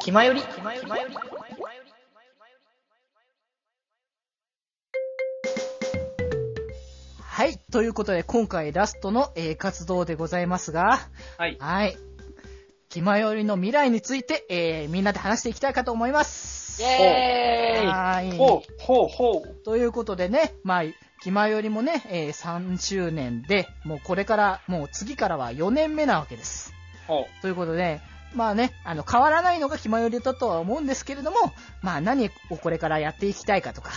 気まより。はい。ということで、今回ラストの、えー活動でございますが、はい。はい。気まよりの未来について、えーみんなで話していきたいかと思います。エはいほう、ほう、ほう。ということでね、まあ、気前よりもね、えー3周年で、もうこれから、もう次からは4年目なわけです。ほということで、まあね、あの、変わらないのが気前よりだとは思うんですけれども、まあ何をこれからやっていきたいかとか、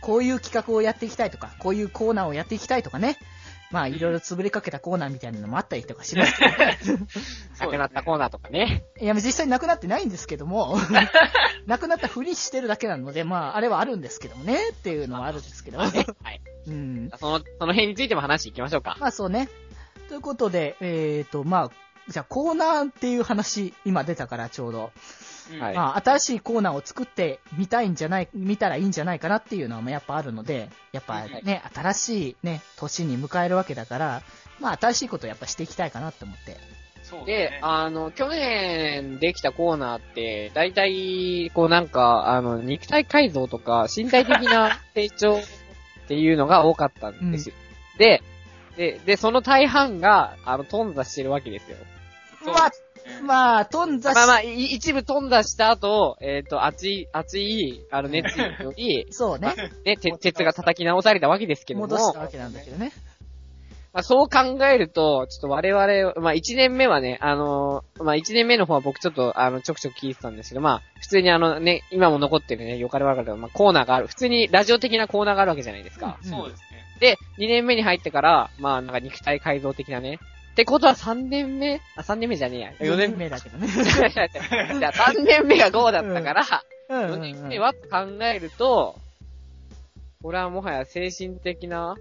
こういう企画をやっていきたいとか、こういうコーナーをやっていきたいとかね、まあいろいろ潰れかけたコーナーみたいなのもあったりとかしますけなくなったコーナーとかね。ど、いや、実際なくなってないんですけども、 なくなったふりしてるだけなので、まああれはあるんですけどもね、っていうのはあるんですけどもね。 はい。うん。その、その辺についても話していきましょうか。まあそうね。ということで、えっ、と、まあ、じゃあコーナーっていう話、今出たからちょうど。う。はいまあ、新しいコーナーを作ってみたいんじゃない、見たらいいんじゃないかなっていうのはまあやっぱあるので、やっぱはいね、新しいね、年に迎えるわけだから、まあ新しいことをやっぱしていきたいかなって思って。そうでね、。あの、去年できたコーナーって、だいたい、こうなんか、あの、肉体改造とか、身体的 な成長っていうのが多かったんですよ。で、で、で、その大半が、あの、頓挫してるわけですよ。そうまあ、うんまあ、頓挫し、、まあまあ、い一部頓挫した後、えっ、と、熱い、熱い、あの、熱意により そうね、ね、鉄鉄が叩き直されたわけですけども、戻したわけなんだけどね。まあ、そう考えると、ちょっと我々、まあ、1年目はね、あのーまあ、1年目の方は僕ちょっと、あの、ちょくちょく聞いてたんですけど、まあ、普通にあのね、今も残ってるね、よかれ悪かれと、まあ、コーナーがある。普通にラジオ的なコーナーがあるわけじゃないですか。うんそうですね。で、2年目に入ってから、まあ、なんか肉体改造的なね。ってことは3年目あ、3年目じゃねえや。4年目。目だけどね。じゃあ3年目が5だったから、うんう4ん年う目ん。はと考えると、これはもはや精神的な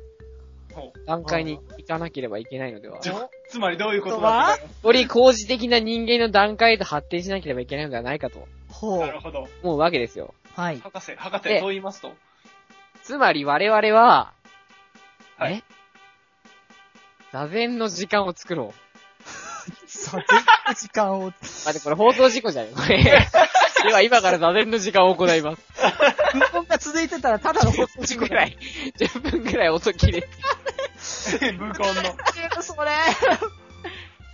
ほ段階に行かなければいけないのではう。。ちょつまりどういうことだったかより工事的な人間の段階へと発展しなければいけないのではないかとほなるう。ほど。思うわけですよ。はい。博士、博士、でそう言います と。つまり我々は、はいえ座禅の時間を作ろう。さて、時間を。待って、これ放送事故じゃねこ れ。では今から座禅の時間を行います。無言が続いてたらただの放送事10故分くだら い、10分くらい音切れて。無言の。それ。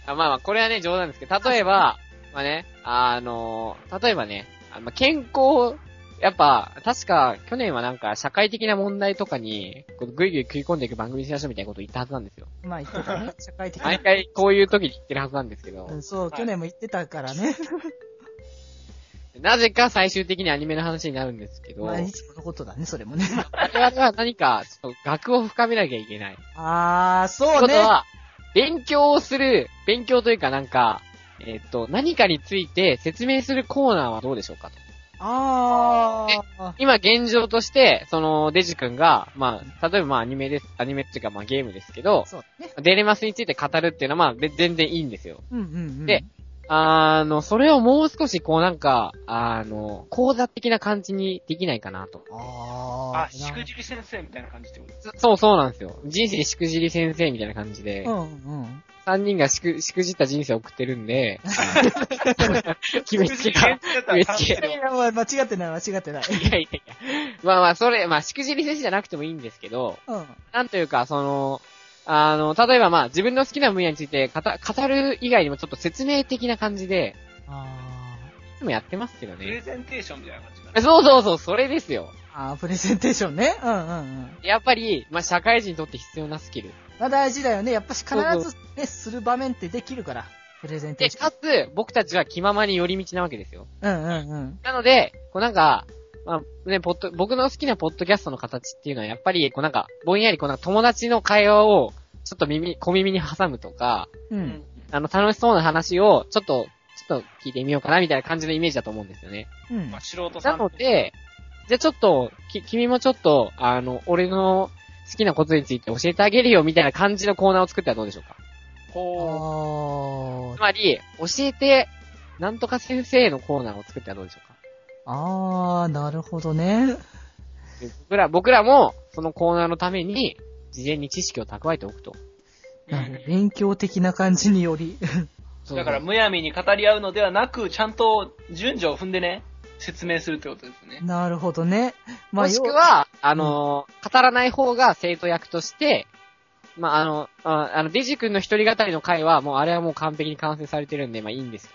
あまあまあ、これはね、冗談ですけど、例えば、まあね、あの、例えばね、あまあ、健康、やっぱ、確か、去年はなんか、社会的な問題とかに、こうぐいぐい食い込んでいく番組にしましょうみたいなことを言ったはずなんですよ。まあ言ってたね。社会的毎な。回こういう時に言ってるはずなんですけどう、ん、そう、はい去年も言ってたからね。なぜか最終的にアニメの話になるんですけど、毎我日のことだね、それもね。々は何か、ちょっと学を深めなきゃいけない。ってあー、そこうとね。は、勉強をする、勉強というかなんか、えっ、と、何かについて説明するコーナーはどうでしょうかと。あー。今現状として、その、デジ君が、まあ、例えばまあアニメです、アニメっていうかまあゲームですけど、そうね。デレマスについて語るっていうのはまあべ全然いいんですよ。うんうんうん。で、あの、それをもう少しこうなんか、あの、講座的な感じにできないかなと。ああ、ー。しくじり先生みたいな感じってことそそうそうなんですよ。人生しくじり先生みたいな感じでう、んうん。三、人がしく、しくじった人生を送ってるん で、 決めつけた。い決めつけいやいや、まあ間違ってない、間違ってない。やいやいや。まあまあ、それ、まあ、しくじり先生じゃなくてもいいんですけど、うん。なんというか、その、あの、例えばまあ、自分の好きな分野について語、語る以外にもちょっと説明的な感じで、あいつもやってますけどプレね。ゼンテーションみたいな感じかな。そうそうそう、それですよ。ー。あー、プレゼンテーションね。うんうんうん。やっぱり、まあ、社会人にとって必要なスキル。まあ大事だよね。やっぱし必そうずね、する場面ってできるから。プレゼンテで、ーション。かつ、僕たちは気ままに寄り道なわけですよ。うんうんうん。なので、こうなんか、まあね、ポッド、僕の好きなポッドキャストの形っていうのはやっぱり、こうなんか、ぼんやりこうなんか友達の会話を、ちょっと耳、小耳に挟むとか、う。うんん。あの、楽しそうな話を、ちょっと、ちょっと聞いてみようかな、みたいな感じのイメージだと思うんですよね。うんまあ、。素人さ。なんので、じゃあちょっと、き、君もちょっと、あの、俺の好きなことについて教えてあげるよ、みたいな感じのコーナーを作ったらどうでしょうか。ほあつー。まり、教えて、なんとか先生のコーナーを作ったらどうでしょうか。あー、なるほどね。で僕ら、僕らも、そのコーナーのために、事前に知識を蓄えておくと。う。うなんかん勉強的な感じにより。 そうだから、むやみに語り合うのではなく、ちゃんと順序を踏んでね、説明するってことですね。なるほどね。まあ、もしく要、は、あのー語らない方が生徒役として、まあ、あの、ああの、デジ君の一人語りの回は、もうあれはもう完璧に完成されてるんで、まあいいんですよ。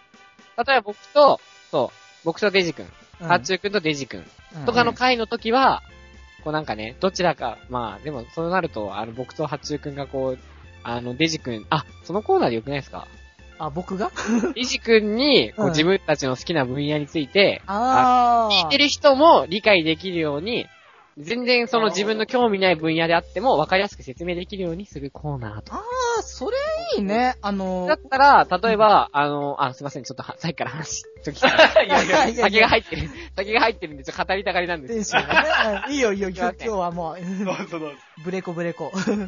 例えば僕と、そう、僕とデジ君、うんハッチュー君とデジ君うんとかの回の時は、こうなんかね、どちらか、まあ、でもそうなると、あの、僕とハッチュー君がこう、あの、デジ君、あ、そのコーナーでよくないで すかあ、僕がデジ君に、こううん自分たちの好きな分野について、あ聞いてる。る人も理解できるように、全然その自分の興味ない分野であっても分かりやすく説明できるようにするコーナーと。あー、それいいね。あの だったら、例えば、あの、あ、すいません、ちょっとはさっきから話、ちょっと聞 いいやいや いてやい先がや、入ってる、先が入ってるんで、ちょっと語りたがりなんですけテンど。すションがね。うんいいよいいよ、今日今日はもどう、 うぞどうぞ。ブレコブレコ。いません。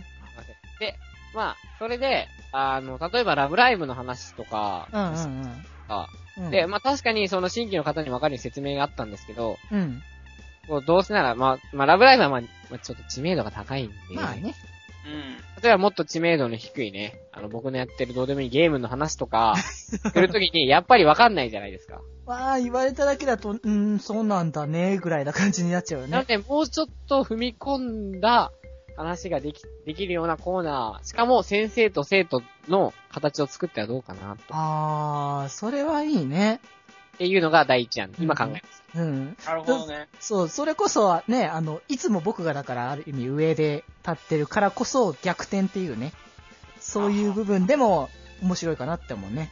で、まあ、それで、あの、例えばラブライブの話とか、うんうんあうん。で、、まあ確かにその新規の方に分かるように説明があったんですけど、うん。こうどうせなら、まあ、まあラブライブはまあ、まあちょっと知名度が高いんで、まあね。うん。例えばもっと知名度の低いね、あの僕のやってるどうでもいいゲームの話と か、するときにやっぱりわかんないじゃないですか。まあ、言われただけだと、うーん、そうなんだね、ぐらいな感じになっちゃうよなのね。でもうちょっと踏み込んだ話ができ、できるようなコーナー、しかも先生と生徒の形を作ってはどうかな、とあー、それはいいね。っていうのが第一案、今考えました。うん。なるほどね。そう、それこそはね、あの、いつも僕がだからある意味上で立ってるからこそ逆転っていうね。そういう部分でも面白いかなって思うね。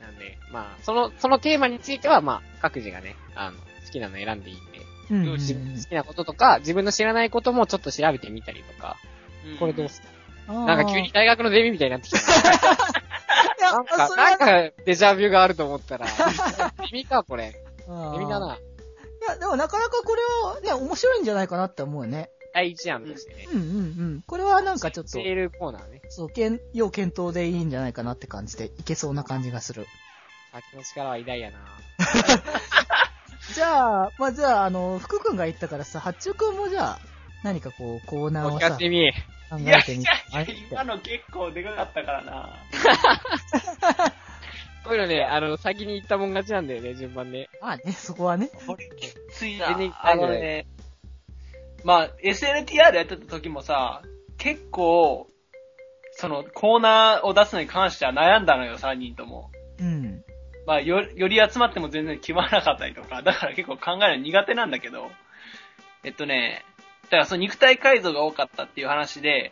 はい。なんで、まあ、その、そのテーマについては、まあ、各自がね、あの、好きなの選んでいいんで、うんうんうよしん好。きなこととか、自分の知らないこともちょっと調べてみたりとか、うんこれどうすかななんか急に大学のデミみたいになってきたな。いやなんか、それなんはか、デジャビューがあると思った ら、意味か、これ。あ意味だーな。いや、でもなかなかこれはね、面白いんじゃないかなって思うね。第一案としてね。うんうんうん。これはなんかちょっとセ、ールコーナーね。そう、けん要検討でいいんじゃないかなって感じで、いけそうな感じがする。先の力は偉大やな。じゃあ、まあじゃあ、あの、福くんが言ったからさ、八中くんもじゃあ、何かこう、コーナーもうを聞かさ、考せてみ。いやえていやみいて。あやれ、今の結構でかかったからな。こういうのね、あの、先に行ったもん勝ちなんだよね、順番で。まあね、そこはね。これきつい全然な。大あ丈夫のね、まあ、SNTR やってた時もさ、結構、そのコーナーを出すのに関しては悩んだのよ、3人とも。うん。まあ、よ、より集まっても全然決まらなかったりとか、だ から結構考えるの苦手なんだけど、えっとね、だからその肉体改造が多かったっていう話で、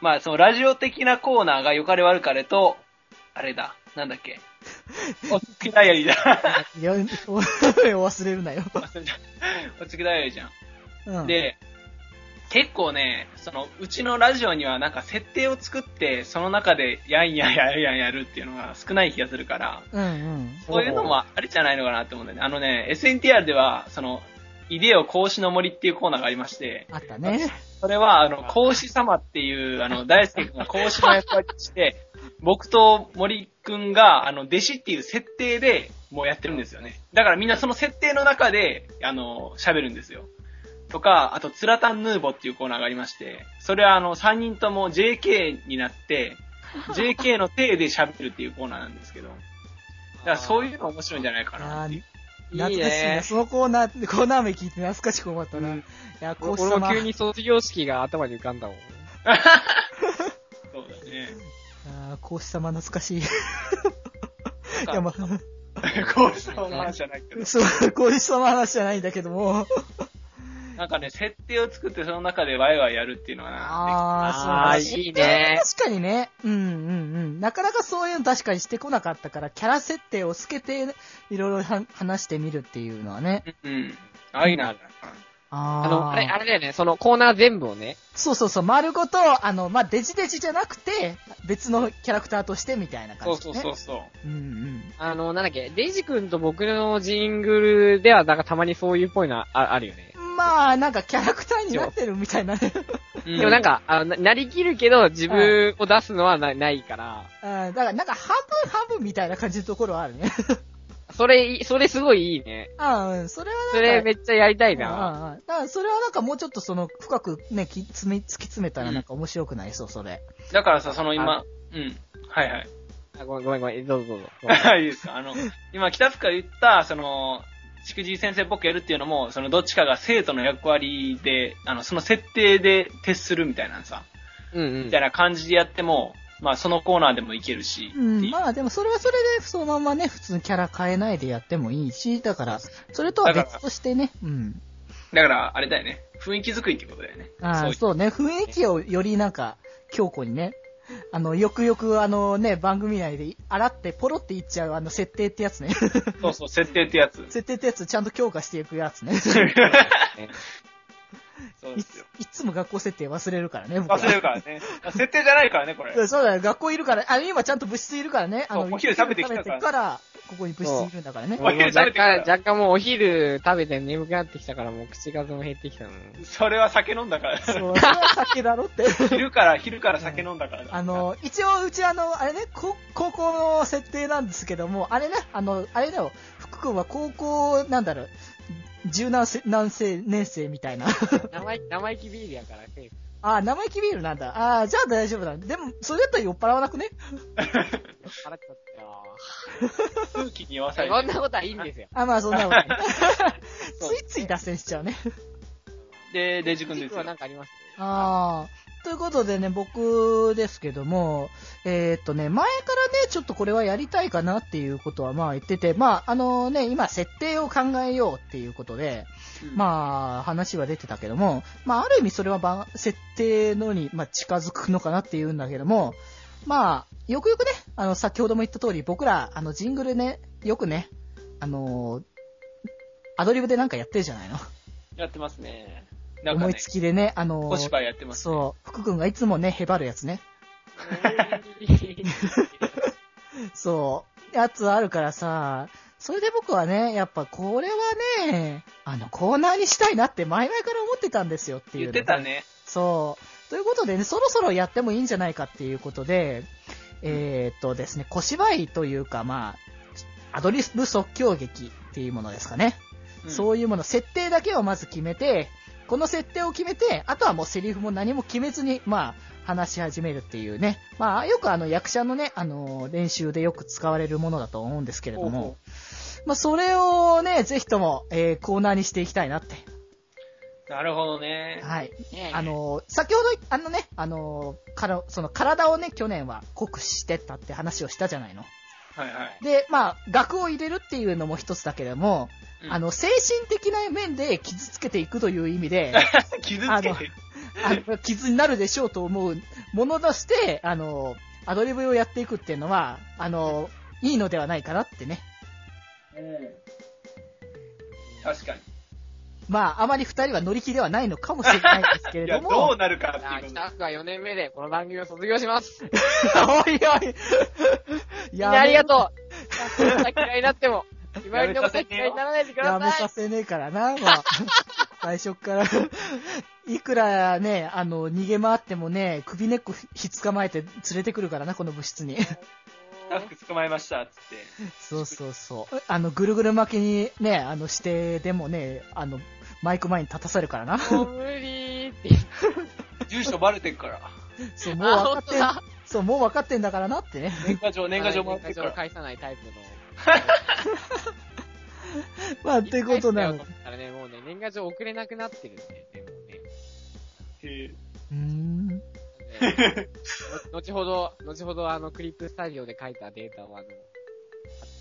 まあ、そのラジオ的なコーナーが良かれ悪かれと、あれだ、なんだっ け、おつきダイアリーだ。 いや、お忘れるなよ。おつきダイアリーじゃん。うん。で、結構ね、その、うちのラジオにはなんか設定を作って、その中でやんやんやんやんやるっていうのが少ない気がするから、うんうん。そういうのもありじゃないのかなって思うんだよね。あのね、SNTR では、その、イデオ孔子の森っていうコーナーがありまして、あったね。それは、あの、孔子様っていう、あの、大輔君が孔子の役割として、僕と森君が、あの、弟子っていう設定でもうやってるんですよね。だからみんなその設定の中で、あの、喋るんですよ。とか、あと、ツラタンヌーボっていうコーナーがありまして、それはあの、3人とも JK になって、JK の体で喋るっていうコーナーなんですけど、だからそういうの面白いんじゃないかなっていう。懐かしいいいねな。そのコーナー、コーナー名聞いて懐かしく思ったな。いや、こうし俺たもま。急に卒業式が頭に浮かんだもん。 そうだね。 あー孔子様懐かしい。いかや、ま孔子様の話じゃないけどあ、。そう、孔子様の話じゃないんだけども。なんかね、設定を作ってその中でワイワイやるっていうのはな、ああー、ーそうだねいいね確かにね。うんうんうん。なかなかそういうの確かにしてこなかったから、キャラ設定を透けて、いろいろは話してみるっていうのはね。うん。あいいな。あーあの、あれ、あれだよね、そのコーナー全部をね、そうそうそう、丸ごと、あの、まあ、デジデジじゃなくて、別のキャラクターとしてみたいなそ感うじ、そね。うそうそう。う。うんうん。あの、なんだっけ、デイジ君と僕のジングルでは、なんかたまにそういうっぽいのああるよね。まあ、なんかキャラクターになってるみたいな ね。で でもなん、か、あのななりきるけど、自分を出すのはなないから、うん、だからなんか半分半分みたいな感じのところはあるね。それいい、それすごいいいね。あうん、それはそなんれか、めっちゃやりたいな。うんうんうん、だからそれはなんかもうちょっとその深くね、き詰め突き詰めたらなんか面白くなりそう、それ。だからさ、その今あ、うん。はいはい。あごめんごめんごめん、どうぞどうぞ。 いいですかあの、今、北福が言った、その、しくじり先生っぽくやるっていうのも、その、どっちかが生徒の役割で、あの、その設定で徹するみたいなさ、うんうんみたいな感じでやっても、まあ、そのコーナーでもいけるし、うん、っていうまあでもそれはそれでそのままね、普通にキャラ変えないでやってもいいし、だから、それとは別としてね、うん。だから、あれだよね。雰囲気作りってことだよね。あそあ、うそうね、雰囲気をよりなんか、強固にね、あの、よくよくあのね、番組内で洗ってポロって言っちゃうあの設定ってやつね。 そうそう、設定ってやつ。設定ってやつちゃんと強化していくやつね。そうでいすつよ。いつも学校設定忘れるからね、僕は忘れるからね。設定じゃないからね、これ。そうだよ、学校いるから、あの、今ちゃんと部室いるからね。あそうの、お昼食べてきたからら、ここに部室いるんだからね。お昼食べてから若干、若干もうお昼食べて眠くなってきたから、もう口数も減ってきたの。それは酒飲んだから。そう、それは酒だろって。昼から、昼から酒飲んだからだ。あの、一応、うちあの、あれね、こ高校の設定なんですけども、あれね、あの、あれだよ、福君は高校、なんだろう、十何世、何世、年生みたいな。 生意気、生意気ビールやから、ね、あー、生意気ビールなんだ。あー、じゃあ大丈夫だ。でも、それだったら酔っ払わなくね。払っちゃったよ。空気に合わされそんて。なことはいいんですよ。あ、まあそんな ことね。 そうついつい脱線しちゃうね。で、デジ君で軸すはよ。なんかありますああ。ということでね、僕ですけども、えーっとね、前からね、ちょっとこれはやりたいかなっていうことはまあ言ってて、まああのね、今設定を考えようっていうことで、まあ話は出てたけども、まあある意味それはば設定のに、まあ、近づくのかなっていうんだけども、まあ、よくよくね、あの、先ほども言った通り、僕ら、あの、ジングルね、よくね、あのアドリブでなんかやってるじゃないの。やってますね。なんか思いね、つきでね、あの小芝居やってます。そう、福君がいつもね、へばるやつね。そう、やつあるからさ、それで僕はね、やっぱこれはね、あの、コーナーにしたいなって前々から思ってたんですよっていう言のってたね。そう。ということでね、そろそろやってもいいんじゃないかっていうことで、えーっとですね、小芝居というか、まあ、アドリブ即興劇っていうものですかね。うんそういうもの、設定だけをまず決めて、この設定を決めて、あとはもうセリフも何も決めずに、まあ、話し始めるっていうね。まあ、よくあの役者のね、あの、練習でよく使われるものだと思うんですけれどほうもほ、まあ、それをね、ぜひとも、えーコーナーにしていきたいなって。なるほどね。はい。ねあ、の、先ほど、あのね、あの、から、その体をね、去年は酷使してたって話をしたじゃないの。はいはい。で、まあ、額を入れるっていうのも一つだけれども、うんあ、の、精神的な面で傷つけていくという意味で、傷つけて。あの傷になるでしょうと思うものとして、あの、アドリブをやっていくっていうのは、あの、いいのではないかなってね。うん確かに。まあ、あまり二人は乗り気ではないのかもしれないですけいれや、どどもう、なるかあっていう北こ福は4年目でこの番組を卒業します。 おいおい。いみんなありがう。とう。北福のことは嫌いになっても、ひまわりのことは嫌いにならないでくやだめささせねえからな、まあ。最初っから。いくらね、あの、逃げ回ってもね、首根っこひつかまえて連れてくるからな、この部室に。と。スタッフ捕まえました、つって。そうそうそう。あの、ぐるぐる巻きにね、あの、指定でもね、あの、マイク前に立たされるからな。い。もう無理ーって。住所バレてるから。 そう、もうあ、分ほかんっとてん、だ。そう、もう分かってんだからなって ね。年賀状、年賀状もらって年る賀か状をら。返さないタイプの。まあ、っていうことなの。だからね、もうね、年賀状送れなくなってるんで、ね、もうね。へえうーん。 ねの後ほど、後ほどあの、クリップスタジオで書いたデータをあの、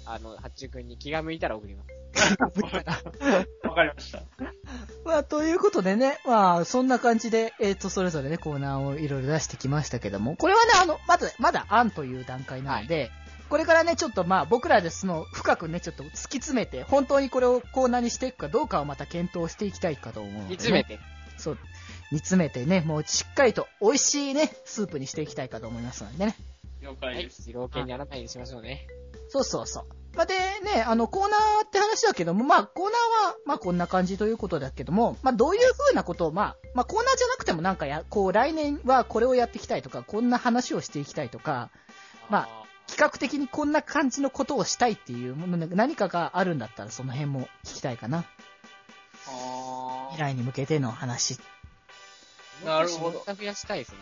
ああの、八中くんに気が向いたら送ります。わかりました。まあ、ということでね、まあ、そんな感じで、えっ、と、それぞれね、コーナーをいろいろ出してきましたけども、これはね、あの、まだ、まだ案という段階なので、これからね、ちょっとまあ、僕らでその、深くね、ちょっと突き詰めて、本当にこれをコーナーにしていくかどうかをまた検討していきたいかと思うので、ね。煮詰めて。そう。煮詰めてね、もうしっかりと美味しいね、スープにしていきたいかと思いますのでね。了は解いで。す。二郎系にならないようにしましょうね。そうそうそう。まあ、でね、あの、コーナーって話だけども、まあ、コーナーは、まあ、こんな感じということだけども、まあ、どういう風なことを、まあ、まあ、コーナーじゃなくてもなんかや、こう、来年はこれをやっていきたいとか、こんな話をしていきたいとか、まあ企画的にこんな感じのことをしたいっていうもの、何かがあるんだったら、その辺も聞きたいかな。あ未来に向けての話。なるほどもっと仕事増やしたいですね。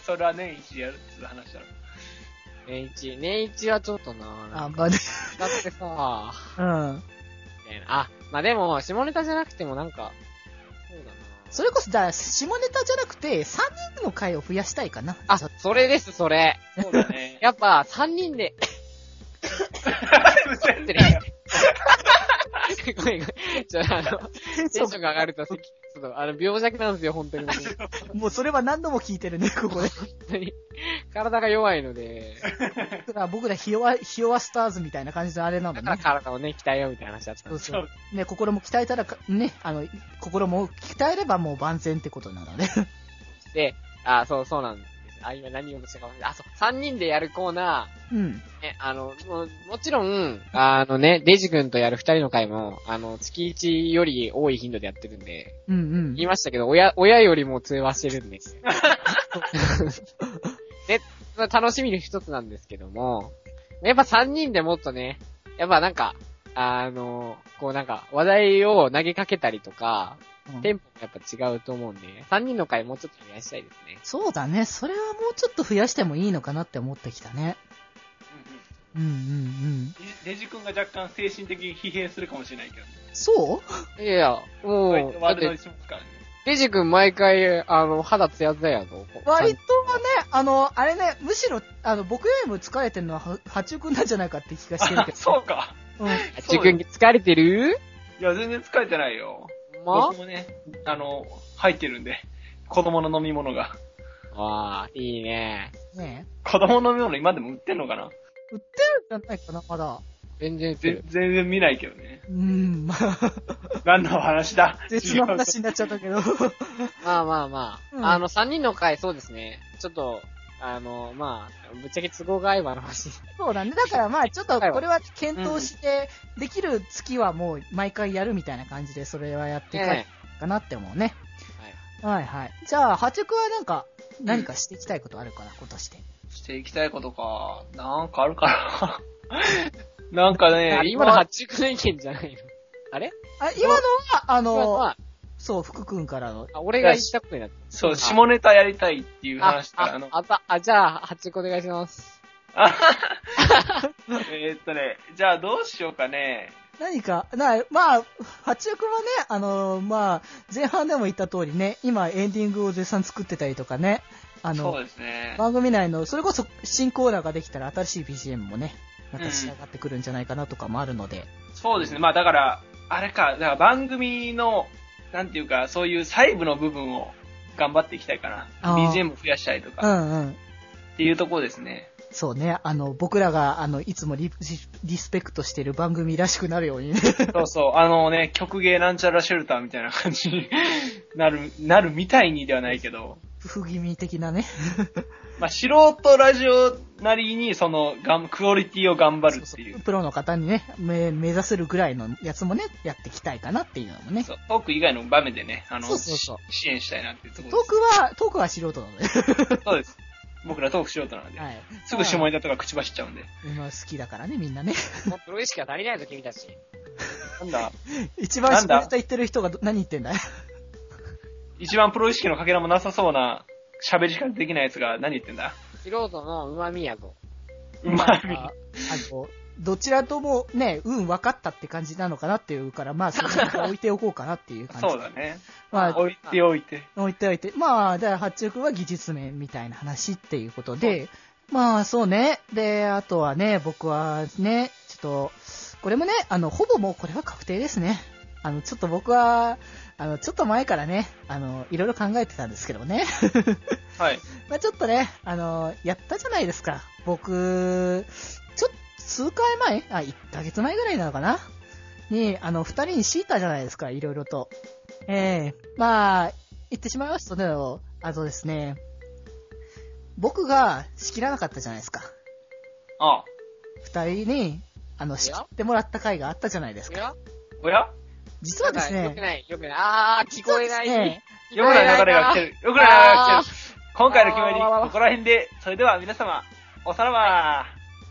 ーそれは年一でやるっていう話だろ。年一。年一はちょっとなあ、まあ、ね、だってさ、 うん。みたいなあ、まあでも、下ネタじゃなくてもなんか、そうだなそれこそ、だ、下ネタじゃなくて、3人の回を増やしたいか な。あちょっ、それです、それ。そうだ ね。やっぱ、三人で、全って然ね。ごめんごめん。ちょっとあの、テンションが上がると、ちょっと、あの、病弱なんですよ、本当に。本ともうそれは何度も聞いて るね、ここで。当に。体が弱いので、だから僕らひ弱、ひ弱スターズみたいな感じのあれなんだだからね。体をね、鍛えようみたいな話だったそんでうす。そう。ね、心も鍛えたらか、ね、あの、心も鍛えればもう万全ってことなのね。で、あ、そう、そうなんです。あ、今何をしたか忘れた。あ、そう、三人でやるコーナ うん。ー、ね、あの、もうもちろん、あのね、デジ君とやる二人の回も、あの、月一より多い頻度でやってるんで、うんうん言い。ましたけど、親、親よりも通話してる んですよ。で、まあ楽しみの一つなんですけども、やっぱ三人でもっとね、やっぱなんか、あの、こうなんか、話題を投げかけたりとか、うんテンポもやっぱ違うと思うんで、三人の回もうちょっと増やしたいですね。そうだね。それはもうちょっと増やしてもいいのかなって思ってきたね。うんうんうん。デジ君が若干精神的に疲弊するかもしれないけど、そういやいや、も割うと、だワっールドてに、しますからね。デジ君毎回、あの、肌ツヤツヤやぞ。割とね、あの、あれね、むしろ、あの、僕よりも疲れてるのは、は八中くんなんじゃないかって気がしてるあけど。 そうか。うん。デジ君疲れてるいや、全然疲れてないよ。ま僕もね、あの、入ってるんで、子供の飲み物が。ああ、いいね。ね子供の飲み物今でも売ってんのかなえ。売ってるんじゃないかな、まだ。全然すぜる。全然見ないけどね。うん、まあ、何の話だ別の話になっちゃったけ ど。まあまあまあ。うんあの、三人の回、そうですね。ちょっと、あの、まあ、ぶっちゃけ都合が合えばの話。そうだね。だからまあ、ちょっとこれは検討して、できる月はもう毎回やるみたいな感じで、それはやっていかないねかなって思うね。はいはい。じゃあ、破竹はなんか、何かしていきたいことあるかな、今年で。していきたいことか。なんかあるかな。 なんかあね、今の発注の意見じゃないの。あれあ、今のは、あ今のの、はそう、福くんからの、あ俺が言ったことになってるそう、下ネタやりたいっていうあ話、から、ああの、あた、あ、じゃあ、発注お願いします。えーっとね、じゃあどうしようかね。何か、な、まあ、八中くんはね、あの、まあ、前半でも言った通りね、今エンディングを絶賛作ってたりとかね、あそうの、ですね。番組内の、それこそ新コーナーができたら新しい BGM もね、また仕上がってくるんじゃないかなとかもあるので、そうですね。まあだから、あれか、だから番組の、なんていうか、そういう細部の部分を頑張っていきたいかな。あー BGM 増やしたりとうか、んうん。っていうところですね。そうね、あの、僕らが、あの、いつもリリスペクトしてる番組らしくなるようにね。 そうそう、あのね、曲芸なんちゃらシェルターみたいな感じになる、なるみたいにではないけど、不気味的なね。まあ素人ラジオなりに、その、がんクオリティを頑張るっていう。プロの方にね、目目指せるぐらいのやつもね、やっていきたいかなっていうのもね。そうトーク以外の場面でね、あの、そうそうそうし支援したいなっていうとトーころクは、トークは素人なので。です。そうです。僕らトークしようとなので、はい。 すぐ下ネタとか口走っちゃうんで。今好きだからね、みんなね。 もうプロ意識が足りないぞ、君たち。なんだ、一番下ネタ言ってる人がど何言ってんだい一番プロ意識のかけらもなさそうな喋りしかできないやつが何言ってんだ素人の旨味やぞ。うまあみ。あの、どちらともね、運分かったって感じなのかなっていうから、まあ、そこは置いておこうかなっていう感じ。そうだね。まあ、置いておいて。置いておいて。まあ、だから、八中君は技術面みたいな話っていうことで、まあ、そうね。で、あとはね、僕はね、ちょっと、これもね、あの、ほぼもうこれは確定ですね。あの、ちょっと僕は、あの、ちょっと前からね、あの、いろいろ考えてたんですけどもね。はい。まあちょっとね、あのやったじゃないですか。僕、ちょっと数回前あ、1ヶ月前ぐらいなのかなに、あの、二人に敷いたじゃないですか、いろいろと。ええまあ、言ってしまいますとね、あとですね、僕が仕切らなかったじゃないですか。ああ。二人に、あの、仕切ってもらった回があったじゃないですいか。やおや実はですよくね、ない、よくない。あー、聞こえない。実はですねよくない流れが来てる。よくない流れが来てる。今回の決まり、ここら辺で、それでは皆様、おさらば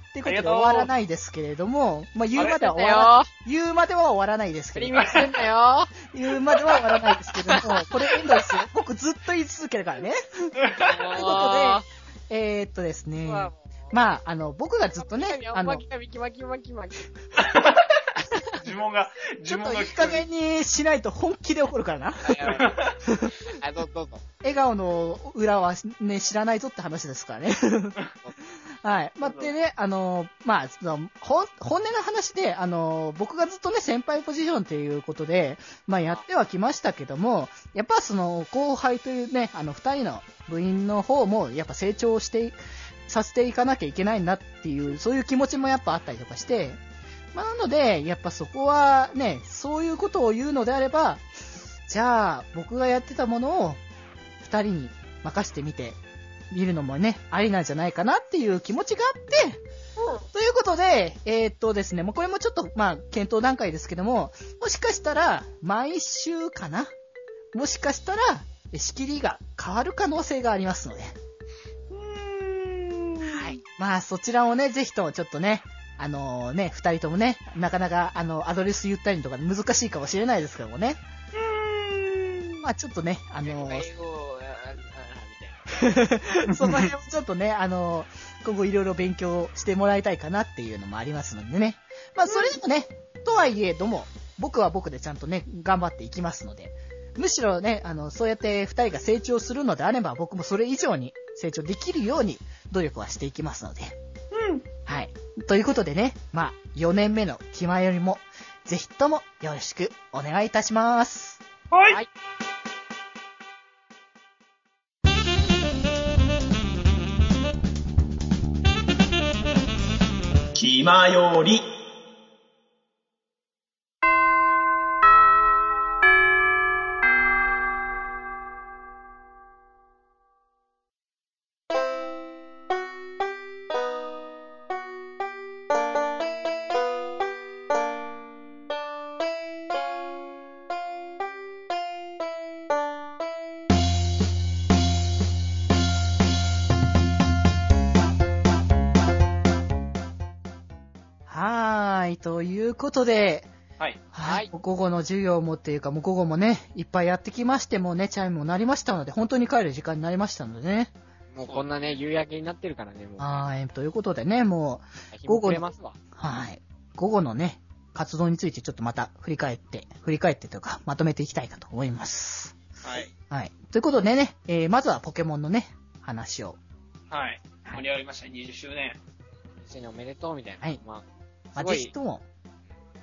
っていうことで終わらないですけれども、まあ、言うまでは終わらない、よ。言うまでは終わらないですけ振れどりも見せんなよ。言うまで は終わらないですけども、これエンドですよ。僕ずっと言い続けるからね。ということえー、っとですね、ままあ、あの、僕がずっとね、あの、巻き巻き巻き巻き巻き。呪文が、 ちょ呪っと文がいい加減にしないと本気で怒るからな。あ、どうぞどうぞ。笑顔の裏はね、知らないぞって話ですからね。はい。まあ、でね、あの、まあ、そのほん本音の話で、あの、僕がずっとね、先輩ポジションということで、まあ、やってはきましたけども、やっぱその、後輩というね、あの、二人の部員の方も、やっぱ成長して、させていかなきゃいけないなっていう、そういう気持ちもやっぱあったりとかして、まあ、なので、やっぱそこはね、そういうことを言うのであれば、じゃあ、僕がやってたものを、二人に任せてみて、見るのもね、ありなんじゃないかなっていう気持ちがあって、ということで、えーっとですね、もうこれもちょっと、まあ、検討段階ですけども、もしかしたら、毎週かなもしかしたら、え仕切りが変わる可能性がありますので。はい。まあ、そちらをね、ぜひともちょっとね、あのね、二人ともね、なかなか、あの、アドレス言ったりとか難しいかもしれないですけどもね。まあ、ちょっとね、あのその辺もちょっとね、あの、今後いろいろ勉強してもらいたいかなっていうのもありますのでね。まあ、それでもね、とはいえども、僕は僕でちゃんとね、頑張っていきますので。むしろね、あの、そうやって二人が成長するのであれば、僕もそれ以上に成長できるように努力はしていきますので。はい。ということでね、まあ、4年目の気前よりも、ぜひともよろしくお願いいたします。はいい。気まより。はーい。ということで、はい。ははいい。午後の授業もっていうか、もう午後もね、いっぱいやってきまして、もうね、チャイムも鳴りましたので、本当に帰る時間になりましたのでね。もうこんなね、夕焼けになってるからね、もう。はい。ということでね、もう、日も暮れますわ。はい。午後のね、活動についてちょっとまた振り返って、振り返ってというか、まとめていきたいかと思います。はい。はい。ということでね、えー、まずはポケモンのね、話を。はい。は盛りい。上がりました、20周年。一緒におめでとうみたいな。はいままあ、あ、すごぜひい。とも、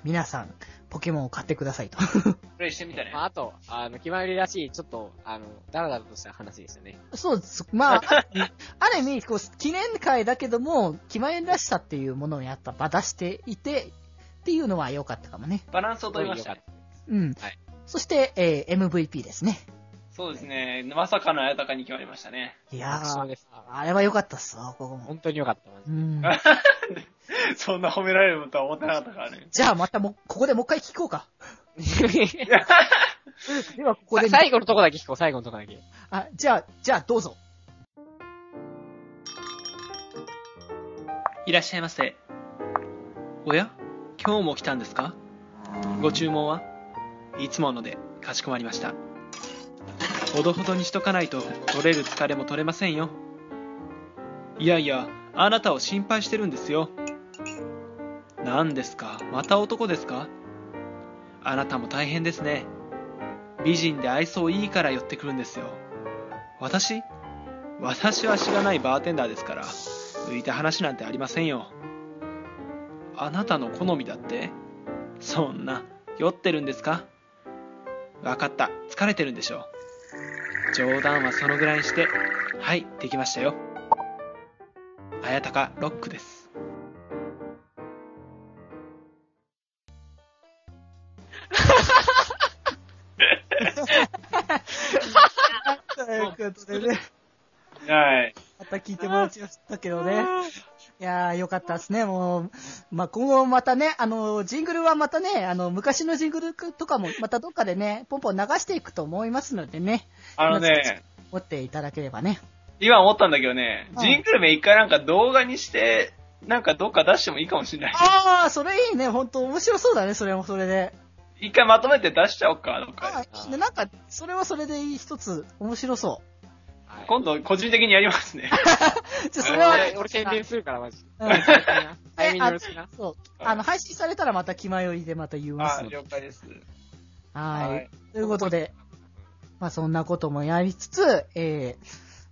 皆さん、ポケモンを買ってくださいと。プレイしてみたねま。あ、あと、あの、気まよりらしい、ちょっと、あの、だらだらとした話ですよね。そうです。 まあ、ある意味ある意味、こう、記念会だけども、気前らしさっていうものをやった場出していて、っていうのは良かったかもね。バランスをすご取りいま良しかたっね。た。うん。はいそして、えー MVP ですね。そうですね。まさかのあやたかに決まりましたね。いや楽勝ー、です。あれは良かったっすわ、ここも。本当に良かった。マジうで ん。 そんな褒められるとは思ってなかったから ね。じゃあ、またもう、ここでもう一回聞こうか。 では、ここで、さ最後のとこだけ聞こう、最後のとこだけ。あ、じゃあ、じゃあ、どうぞ。いらっしゃいませ。おや今日も来たんですかご注文はいつもので、かしこまりました。ほどほどにしとかないと、取れる疲れも取れませんよ。いやいや、あなたを心配してるんですよ。何ですかまた男ですかあなたも大変ですね。美人で愛想いいから寄ってくるんですよ。私私は知らないバーテンダーですから。浮いた話なんてありませんよあなたの好みだってそんな酔ってるんですかわかった疲れてるんでしょう冗談はそのぐらいにしてはいできましたよ綾鷹ロックですということでね、はいまた聞いてもらいましたけどね。いやー、よかったですね、もう。まあ、今後またね、あの、ジングルはまたね、あの、昔のジングルとかも、またどっかでね、ポンポン流していくと思いますのでね、あのね持っていただければね。今思ったんだけどね、うんジングルメ一回なんか動画にしてなんかどっか出してもいいかもしれないあー、それいいね、ほんと、面白そうだね、それもそれで。一回まとめて出しちゃおうかどっかあーいいねなんか、それはそれでいい一つ、面白そはい今度、個人的にやりますね。じゃあそれは、俺、俺宣伝するから、マジ。うん早めによろしくな。そう。あの、配信されたらまた気前よりでまた言いますあので。了解です。ははいい。ということで、まあそんなこともやりつつ、えー、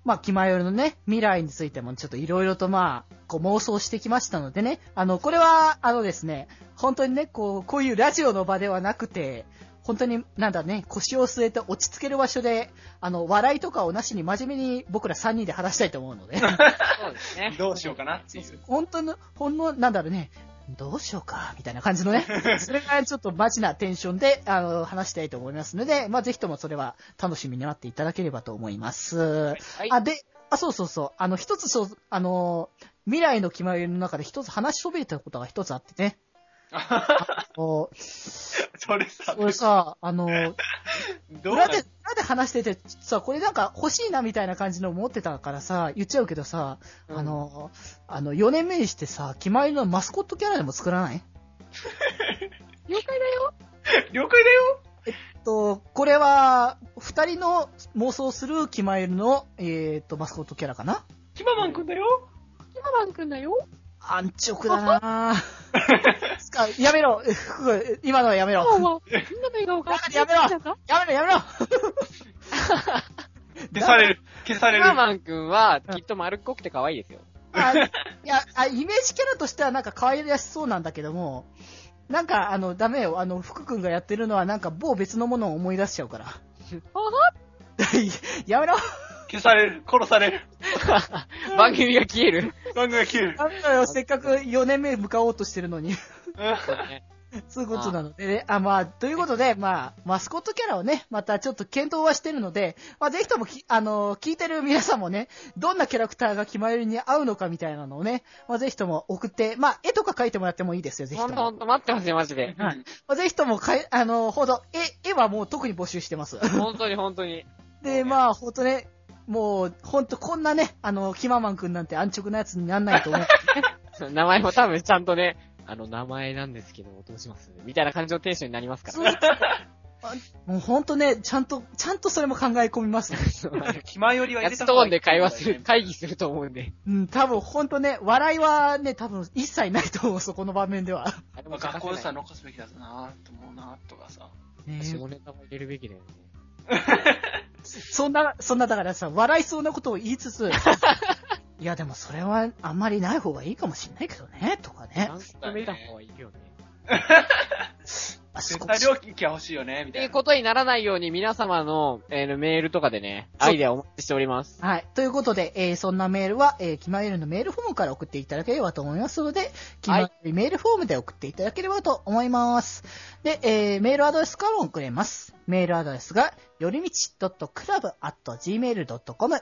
まあ、気前よりのね、未来についてもちょっといろいろとまあ、こう妄想してきましたのでね、あの、これは、あのですね、本当にね、こう、こういうラジオの場ではなくて、本当になんだね、腰を据えて落ち着ける場所で、あの、笑いとかをなしに真面目に僕ら3人で話したいと思うので。そうです ね。どうしようかなっていう。本当の、ほんの、なんだろうね、どうしようか、みたいな感じの ね、それがちょっとマジなテンションで、あの、話したいと思いますので、まあ、ぜひともそれは楽しみに待っていただければと思います。はい。あ、で、あ、そうそうそう、あの、一つそう、あの、未来の決まりの中で一つ話しそびれたことが一つあってね、お それ さ、俺さ、あの、どうな裏で、裏で話してて、さ、これなんか欲しいなみたいな感じの思ってたからさ、言っちゃうけどさ、うんあの、あの、4年目にしてさ、決まりのマスコットキャラでも作らない了解だよ。了解だよと、これは、2人の妄想する決まりの、えっ、と、マスコットキャラかなキママンくんだよキママンくんだよ。安直だなぁつかやめろふ今のはやめろ今日は、みんなの笑顔が。やめろなんかやめろやめろ消される。消さキれる。ママンくんは、きっと丸っこくて可愛いですよ。あいやあ、イメージキャラとしてはなんか可愛らしそうなんだけども、なんかあの、ダメよ。あの、福くんがやってるのはなんか某別のものを思い出しちゃうから。あは やめろ消される。殺される。 番組が消える。番組が消える。やめろよ。せっかく4年目向かおうとしてるのに。そう ね。そういうことなのでね。あ、まあ、ということで、まあ、マスコットキャラをね、またちょっと検討はしてるので、まあ、ぜひともき、あの、聞いてる皆さんもね、どんなキャラクターが決まりに合うのかみたいなのをね、まあ、ぜひとも送って、まあ、絵とか描いてもらってもいいですよ、ぜひほとんも。とほんと、待ってますよ、マジで。うんまあぜひともかい、あの、ほど、絵、絵はもう特に募集してます。本当に本当に。で、まあ、ほんとね、もう、ほんとこんなね、あの、キママンくんなんて安直なやつになんないと思 う。名前も多分ちゃんとね、あの、名前なんですけど、どうしますみたいな感じのテンションになります かそうもうほんとね、ちゃんと、ちゃんとそれも考え込みますね。ら。キマよりはや入れつたと方がーいンいで会話する、会議すると思うんで。うん、多分ほんとね、笑いはね、多分一切ないと思う、そこの場面では。あでも学校良さの。残すべきだなと思うなとかさ。ね下ネタも入れるべきだよね。そんな、そんなだからさ、笑いそうなことを言いつつ、いやでもそれはあんまりない方がいいかもしれないけどね、とかねな。んか見た方がいいよね。あそ絶こ対料金が欲しいよね、みってたいいうな。ことにならないように皆様の、えーメールとかでね、アイデアをお待ちしております。はい。ということで、えーそんなメールは、えー、キマイルのメールフォームから送っていただければと思いますので、キマイルメールフォームで送っていただければと思います。で、えーメールアドレスからも送れます。メールアドレスが、よりみち .club.gmail.com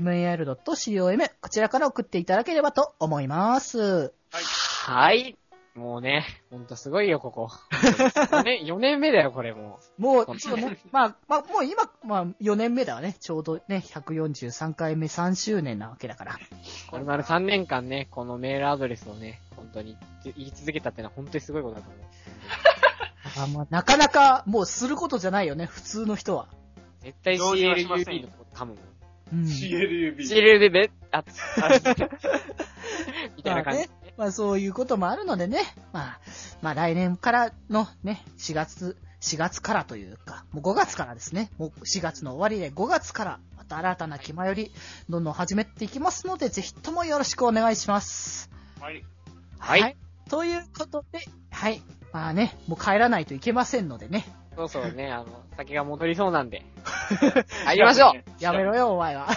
yorimichi.clb.gmail.com こちらから送っていただければと思います。はい。もうね、ほんとすごいよ、こ こ。4年、4年目だよ、これももう、そうねちょっとね、まあ、まあ、もう今、まあ、4年目だわね。ちょうどね、143回目3周年なわけだから。う。これまで3年間ね、このメールアドレスをね、本当に言い続けたってのは本当にすごいことだと思う。あまあなかなか、もうすることじゃないよね、普通の人は。絶対同意はしません CLUB のこと噛むもん。 うん。 CLUB。 CLUB べ、 あ、あみたいな感じ。まあそういうこともあるのでね、まあ、まあ来年からのね、4月、4月からというか、もう5月からですね、もう4月の終わりで5月から、また新たな気まより、どんどん始めていきますので、ぜひともよろしくお願いします。はいはいということで、はい。まあね、もう帰らないといけませんのでね。そうそうね、あの、先が戻りそうなん で。入りましょうやめろよ、お前 は。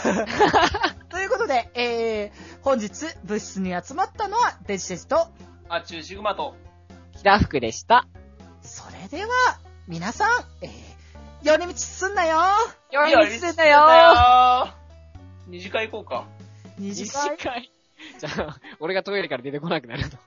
ということで、えー、本日、部室に集まったのは、デジデジと、あ、中シグマと。北福でした。それでは、皆さん、えー、寄り道すんなよよいやりすんだよ二次会行こうか。二次次会 回。じゃあ、俺がトイレから出てこなくなると。